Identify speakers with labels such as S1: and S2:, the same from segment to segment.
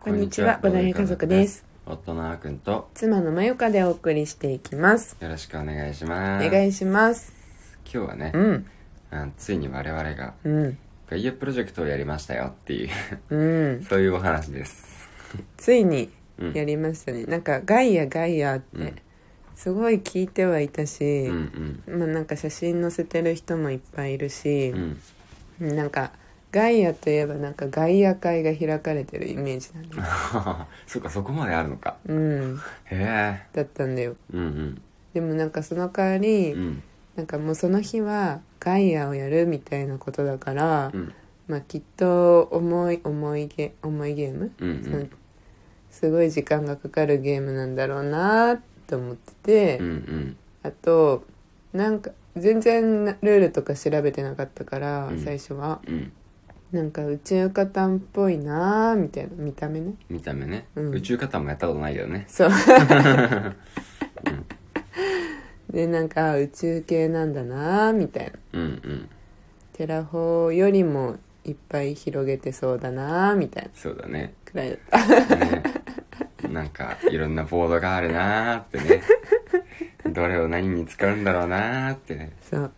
S1: こんにちは、ボドゲ家族です。。
S2: 夫のあーくんと、
S1: 妻のまゆかでお送りしていきます。
S2: よろしくお願いしま
S1: お
S2: す。
S1: 願いします。
S2: 今日はね
S1: う、ん、
S2: あのついに我々が、
S1: うん、
S2: ガイアプロジェクトをやりましたよっていう、
S1: うん。
S2: そういうお話です。
S1: ついに
S2: うん。
S1: やりましたね。なんか、ガイア、ガイアっ
S2: う
S1: て
S2: ん、
S1: すごい聞いてはいた
S2: う
S1: し、
S2: ん
S1: まあなんか写真載せてる人もいっぱいいるし
S2: うん。う、ん。
S1: なんか、ガイアといえばなんかガイア会が開かれてるイメージなんだよ。
S2: そっか、そこまであるのか。
S1: うん、
S2: へ
S1: だったんだよ。
S2: え。うん
S1: でもなんかその代わり、
S2: うん。うん。
S1: なんかもうその日はガイアをやるみたいなことだから、
S2: うん。
S1: まあきっと重い重いゲ重いゲーム、
S2: うんう
S1: その
S2: ん。
S1: すごい時間がかかるゲームなんだろうなと思ってて、
S2: うんうん。
S1: あとなんか全然ルールとか調べてなかったから、
S2: うん
S1: 最初は
S2: うん。
S1: なんか宇宙カタンっぽいなみたいな見た目ね
S2: 見た目ね。
S1: うん
S2: 宇宙方もやったことないけどね。
S1: そうでなんかあ宇宙系なんだなみたいな
S2: うんうん。
S1: テラフォーよりもいっぱい広げてそうだなみたいな
S2: そうだね。
S1: くらいだった
S2: ね、なんかいろんなボードがあるなーってねどれを何に使うんだろうなーってね
S1: そう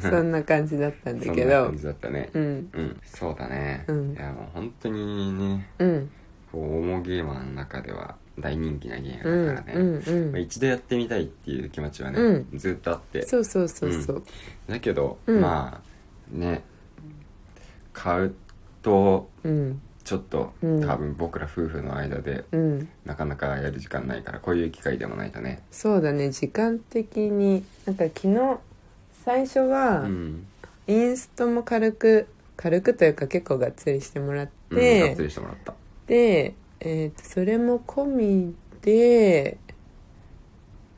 S1: そんな感じだったんだ
S2: そん
S1: け
S2: な
S1: ど
S2: 感じだったね
S1: うん
S2: うんそうだね、
S1: うん
S2: いやもう本当にね
S1: うん
S2: こう重ゲーマーの中では大人気なゲー
S1: う
S2: ム
S1: ん
S2: だからね、
S1: うん
S2: まあ
S1: うん
S2: 一度やってみたいっていう気持ちはね、
S1: う
S2: ずっとあって
S1: そうそうそうそう
S2: だけど、
S1: うん
S2: まあね買うと
S1: うん
S2: ちょっと、
S1: うん
S2: 多分僕ら夫婦の間で
S1: うん
S2: なかなかやる時間ないからこういう機会でもないとね
S1: そうだね時間的になんか昨日最初
S2: う
S1: は
S2: ん
S1: インストも軽く軽くというか結構がっつりしてもらっ
S2: うん、
S1: て、
S2: がっつりしてもらった
S1: で、えー、とそれも込みで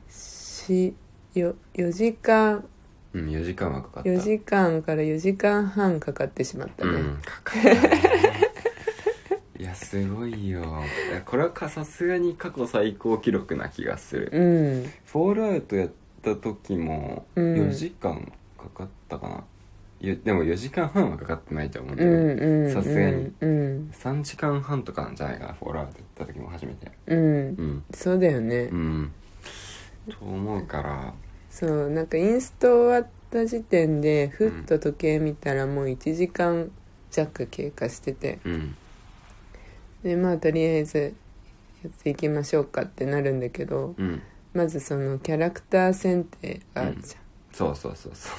S1: しよ4時間
S2: うん4時間はかかった
S1: 4時間から4時間半かかってしまったね、
S2: うんかかった ねいやすごいよいやこれはかさすがに過去最高記録な気がする、
S1: うん
S2: フォールアウトやった時も
S1: うん
S2: 4時間かかったかな、いやでも4時間半はかかってないと思うんだ
S1: う
S2: けど、
S1: んうん
S2: さすがに
S1: うん
S2: 3時間半とかなんじゃないかなフォールアウトやった時も初めて
S1: うん
S2: うん
S1: そうだよね
S2: うんと思うから
S1: そうなんかインスト終わった時点でふっと時計見たらもう1時間弱経過してて
S2: うん
S1: でまあとりあえずやっていきましょうかってなるんだけど
S2: うん
S1: まずそのキャラクター選定があるじゃん、
S2: そうそうそうそ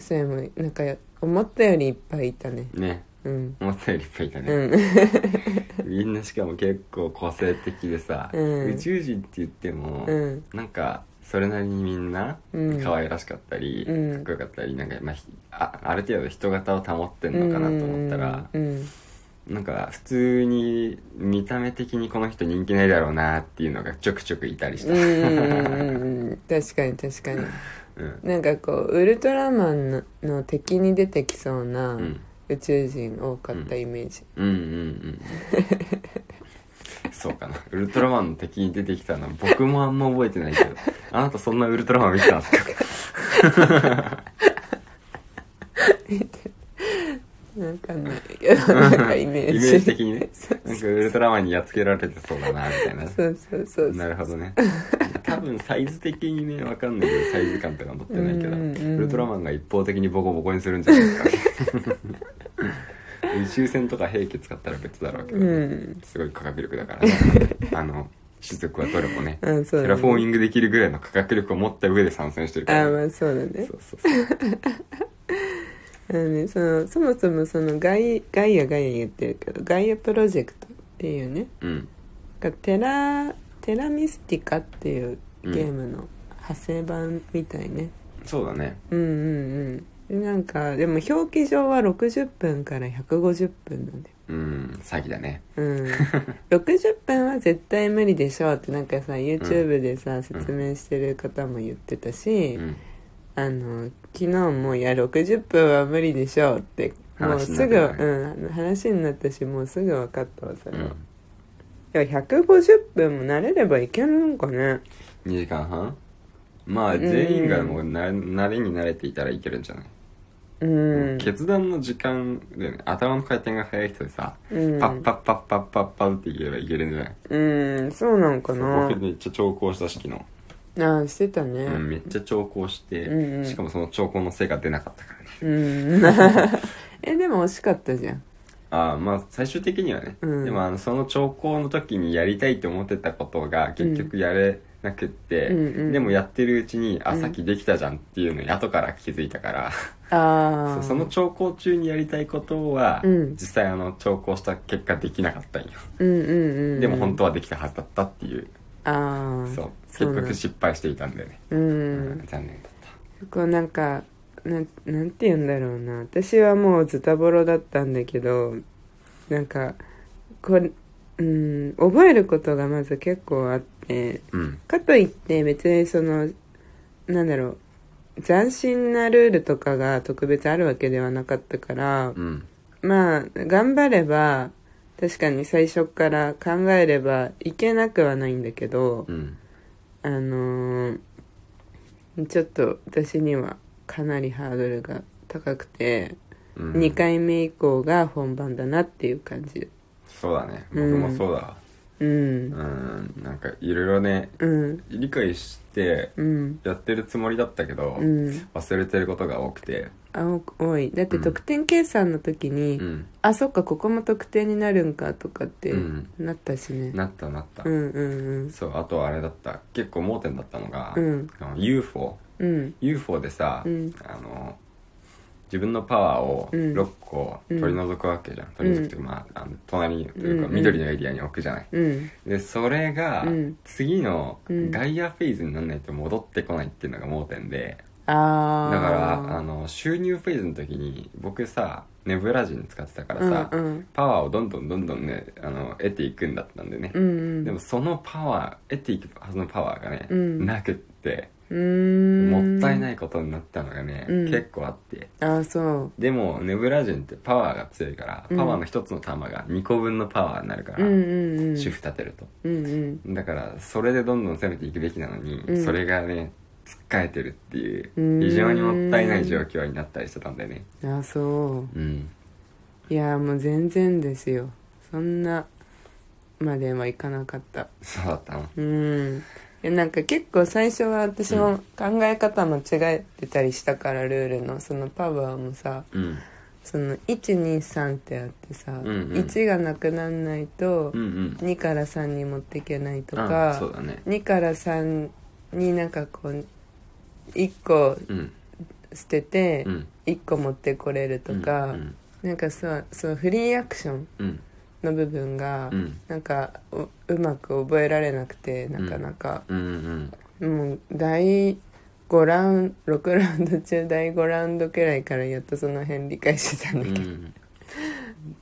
S1: それもなんか思ったよりいっぱいいたね
S2: うね
S1: うん
S2: 思ったよりいっぱいいたね、
S1: うん
S2: みんなしかも結構個性的でさ、
S1: うん
S2: 宇宙人って言っても、
S1: うん
S2: なんかそれなりにみんな
S1: うん
S2: 可愛らしかったり、
S1: うん
S2: かっこよかったりなんか、まあひ、あある程度人型を保ってんのかなと思ったら、
S1: うん
S2: なんか普通に見た目的にこの人人気ないだろうなっていうのがちょくちょくいたりし
S1: う
S2: た、
S1: んうんうんうん確かに確かに
S2: うん
S1: なんかこうウルトラマンのの敵に出てきそうな
S2: うん、
S1: 宇宙人多かったイメージ、
S2: うんうんうんそうかなウルトラマンの敵に出てきたのは僕もあんま覚えてないけどあなたそんなウルトラマン見てたんですか
S1: なんかねなんかイメージ
S2: イメージ的にね
S1: そう
S2: なんかウルトラマンにやっつけられてそうだなみたいな
S1: そうそうそう
S2: なるほどね多分サイズ的にねわかんないけどサイズ感とか持ってないけど
S1: うんうんうん
S2: ウルトラマンが一方的にボコボコにするんじゃないですか 宇宙船とか兵器使ったら別だろうけどね、
S1: うん
S2: すごい価格力だからねあの種族はどれもね
S1: うんそうだ
S2: テ
S1: ね
S2: ラフォーミングできるぐらいの価格力を持った上で参戦してる
S1: あ
S2: から、
S1: ーまあそうだね
S2: そうそうそう
S1: あのね、そのそもそもそのガイガイアガイア言ってるけどガイアプロジェクトっていうね
S2: うん
S1: がテラテラミスティカっていうゲームの派生版みたいね、
S2: そうだね
S1: うん、うんうんなんかでも表記上は60分から150分なんだよ
S2: うん詐欺だね
S1: うん 60分は絶対無理でしょうってなんかさ YouTube でさ、説明してる方も言ってたし、
S2: うん
S1: あの昨日もいや60分は無理でしょうってもう
S2: 話にな
S1: す
S2: っ
S1: ぐ、
S2: てたね
S1: うん、話になったしもうすぐ分かったわそれ
S2: う
S1: は、
S2: ん
S1: でも150分も慣れればいけるのかね
S2: 2時間半まあ
S1: うん
S2: 全員がもうな慣れに慣れていたらいけるんじゃない
S1: うん
S2: 決断の時間で、ね、頭の回転が速い人でさ、
S1: うん
S2: パッパッパッパッパッパッって言えばいけるんじゃない
S1: うんそうなんか
S2: そう
S1: な
S2: 僕めっちゃ調校したし昨日、
S1: ああしてたね
S2: うん、めっちゃ調校して、
S1: うんうん
S2: しかもその調校のせいが出なかったからね
S1: うんえでも惜しかったじゃん
S2: ああまあ最終的にはね、
S1: うん
S2: でもあのその調校の時にやりたいと思ってたことが結局やれなくって、
S1: うんうん
S2: でもやってるうちにあさっきできたじゃんっていうのに後から気づいたから、
S1: あ
S2: そう
S1: あ
S2: その調校中にやりたいことは、
S1: うん
S2: 実際あの調校した結果できなかったんよ、
S1: うんうんうんうん
S2: でも本当はできたはずだったっていう
S1: ああ
S2: そう
S1: そうな
S2: 結
S1: ん
S2: 局失敗していたんだよね、
S1: う
S2: うんん残念だった
S1: こうなんかなんなんて言うんだろうな私はもうズタボロだったんだけどなんかこう、うん、覚えることがまず結構あって
S2: うん
S1: かといって別にそのなんだろう斬新なルールとかが特別あるわけではなかったから
S2: うん
S1: まあ頑張れば確かに最初から考えればいけなくはないんだけど、
S2: うん
S1: あのーちょっと私にはかなりハードルが高くて、
S2: うん
S1: 2回目以降が本番だなっていう感じ
S2: そうだね僕
S1: うん
S2: もそうだわ
S1: う
S2: うんんなんかいろいろね
S1: うん
S2: 理解して
S1: うん
S2: やってるつもりだったけど、
S1: うん
S2: 忘れてることが多くて
S1: 青く多いだって
S2: うん
S1: 得点計算の時に、
S2: うん
S1: あそっかここも得点になるんかとかって
S2: うん
S1: なったしね、
S2: なったなった、
S1: うんうん
S2: そうあとあれだった結構盲点だったのが、
S1: うん
S2: あの UFO
S1: うんうん
S2: UFO でさ、
S1: うん
S2: あの自分のパワーを
S1: うん
S2: 6個取り除くわけじゃん、取り除くというか、まあ、あの隣というか
S1: うんうん
S2: 緑のエリアに置くじゃない、
S1: うん
S2: でそれが
S1: うん
S2: 次の
S1: うん
S2: ガイアフェーズにならないと戻ってこないっていうのが盲点でだ
S1: ああ
S2: からあの収入フェーズの時に僕さネブラ人使ってたからさ、
S1: うんうん
S2: パワーをどんどんどんどんねあの得ていくんだったんでね、
S1: うんうん
S2: でもそのパワー得ていくはずのパワーがね、
S1: うん
S2: なくって
S1: うーん
S2: もったいないいことになったのがね、
S1: うん
S2: 結構あって
S1: ああそう
S2: でもネブラ人ってパワーが強いから、
S1: うん
S2: パワーの一つの玉が2個分のパワーになるから、
S1: うんうんうん
S2: 主婦立てると
S1: うんうん
S2: だからそれでどんどん攻めていくべきなのに、
S1: うん
S2: それがねつっかえてるっていう
S1: うーん
S2: 非常にもったいない状況になったりしてたんだよね
S1: あそ
S2: うん
S1: ういやもう全然ですよそんなまではいかなかった
S2: そうだったの
S1: うんいやなんか結構最初は私
S2: うん
S1: も考え方間違えてたりしたからルールのそのパワーもさ
S2: うん
S1: その123ってあってさ、
S2: んうん
S1: 1がなくなんないと
S2: うんうん
S1: 2から3に持っていけないと
S2: あそ
S1: か
S2: うだね
S1: 2から3になんかこう1個
S2: うん
S1: 捨てて
S2: うん
S1: 1個持ってこれるとか、
S2: うん
S1: なんかそうそのフリーアクション
S2: うん
S1: の部分が、
S2: うん
S1: なんかおうまく覚えられなくてなかなか、
S2: うんうん
S1: もう第5ラウンド6ラウンド中第5ラウンドくらいからやっとその辺理解してたん
S2: う
S1: だけど、
S2: ん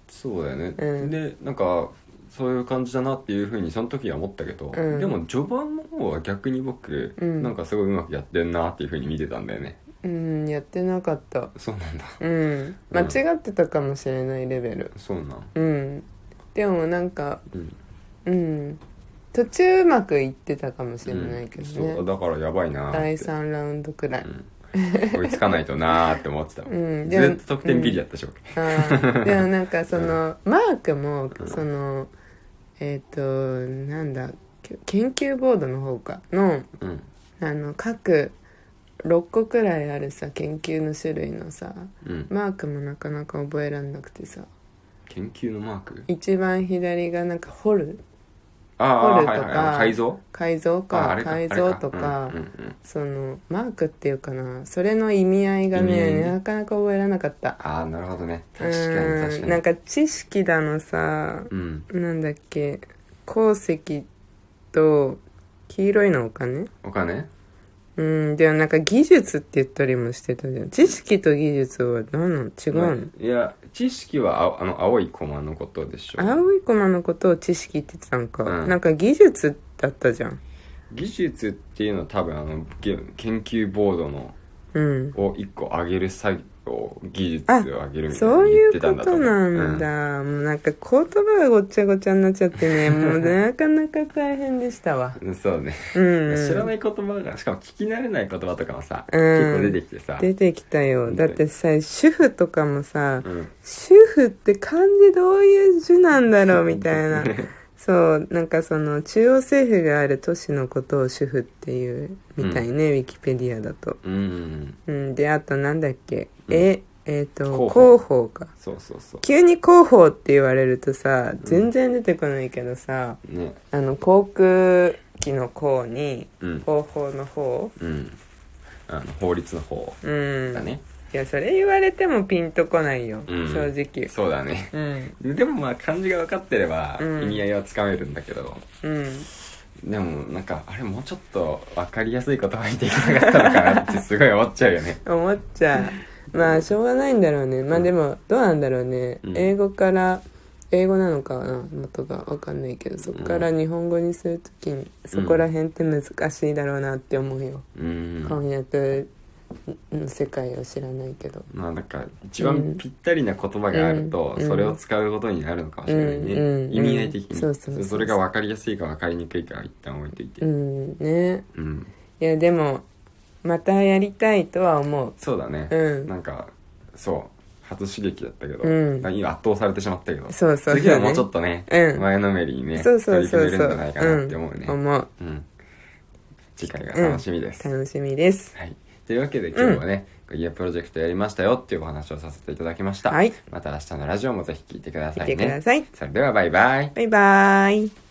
S2: そうだよね、
S1: うん
S2: でなんかそういう感じだなっていうふうにその時は思ったけど、
S1: うん
S2: でも序盤の方は逆に僕、
S1: うん
S2: なんかすごいうまくやってんなっていうふうに見てたんだよね
S1: うん、やってなかった
S2: そうなんだ
S1: うん間違ってたかもしれないレベル
S2: そうなん
S1: うんでもなんか
S2: うん
S1: うん途中うまくいってたかもしれないけどね、
S2: うんそうだからやばいなーって
S1: 第3ラウンドくらい、
S2: うん追いつかないとなーって思って た、
S1: うんでも
S2: ずっと得点ビリだったでしょ、
S1: あ ーでもなんかその、マークもそのえっ、となんだけ研究ボードの方かの
S2: うん
S1: あの各6個くらいあるさ研究の種類のさ
S2: うん
S1: マークもなかなか覚えらんなくてさ
S2: 研究のマーク
S1: 一番左がなんか掘る
S2: ああ
S1: 掘
S2: はい
S1: ると
S2: は
S1: か
S2: いはい改造
S1: 改造
S2: ああ
S1: か
S2: れか
S1: 改造とか、
S2: あれかうんうんうん
S1: そのマークっていうかなそれの意味合いがね
S2: 意味合いね
S1: なかなか覚えられなかった
S2: ああなるほどね確かに確か
S1: う
S2: に
S1: んなんか知識だのさ
S2: うん
S1: なんだっけ鉱石と黄色いのお金
S2: お金
S1: うんでもなんか技術って言ったりもしてたじゃん知識と技術は何なの違うの、
S2: いや知識はああの青い駒のことでしょ
S1: 青い駒のことを知識って言ってたんか、
S2: うん
S1: なんか技術だったじゃん
S2: 技術っていうのは多分あのげ研究ボードの
S1: うん
S2: を1個上げる作を技術を上げるみたいな
S1: そうい
S2: 言っ
S1: う
S2: て
S1: こ
S2: たんだと
S1: と
S2: 思う
S1: なん
S2: うん
S1: だ、もうなんか言葉がごっちゃごちゃになっちゃってねもう なかなか大変でしたわ
S2: そうね、
S1: うん、
S2: 知らない言葉がしかも聞き慣れない言葉とかもさ、
S1: うん
S2: 結構出てきてさ
S1: 出てきたよだってさ主婦とかもさ
S2: うん
S1: 主婦って漢字どういう字なんだろうみたいなそうなんかその中央政府がある都市のことを主婦っていうみたいね、ウィキペディアだと、
S2: うん
S1: うん、であとなんだっけ、
S2: うん
S1: ええっ、と
S2: 広報
S1: 広報か
S2: そうそうそう
S1: 急に広報って言われるとさ全然出てこないけどさ、
S2: ね
S1: あの航空機の項に
S2: うん
S1: 広報の方
S2: うんあの法律の方
S1: うん
S2: だね、
S1: いやそれ言われてもピンとこないよ、
S2: うん
S1: 正直
S2: そうだね
S1: うん
S2: でもまあ漢字が分かってれば
S1: うん
S2: 意味合いはつかめるんだけど、
S1: うん
S2: でもなんかあれもうちょっと分かりやすい言葉にできなかったのかなってすごい思っちゃうよね
S1: 思っちゃう まあしょうがないんだろうねまあでもどうなんだろうね、
S2: うん
S1: 英語から英語なのかな元がわかんないけどそっから日本語にするときにそこら辺って難しいだろうなって思うよ、
S2: うん
S1: 翻訳の世界を知らないけど
S2: まあなんか一番ぴったりな言葉があると
S1: うん
S2: それを使うことになるのかもしれないね、
S1: うんうん
S2: 意味合い的に、
S1: そうそうそう
S2: れが分かりやすいか分かりにくいかは一旦置いというて
S1: んね
S2: うん、
S1: いやでもまたやりたいとは思う
S2: そうだね、
S1: うん
S2: なんかそう初刺激だったけど、
S1: うん
S2: 今圧倒されてしまったけど
S1: そうそうそう、
S2: 次はもうちょっとね、
S1: うん
S2: 前のめりにね
S1: そうそうそう
S2: 取り
S1: そ
S2: 組め
S1: う
S2: るんじゃないかなって思うね、
S1: ん思う
S2: うん、次回が楽しみです、
S1: 楽しみです
S2: はい、というわけで今日はね、家プロジェクトやりましたよっていうお話をさせていただきました、
S1: はい
S2: また明日のラジオもぜひ聞いてくださ
S1: 見
S2: いね
S1: てください、
S2: それではバイバイ
S1: バイバーイ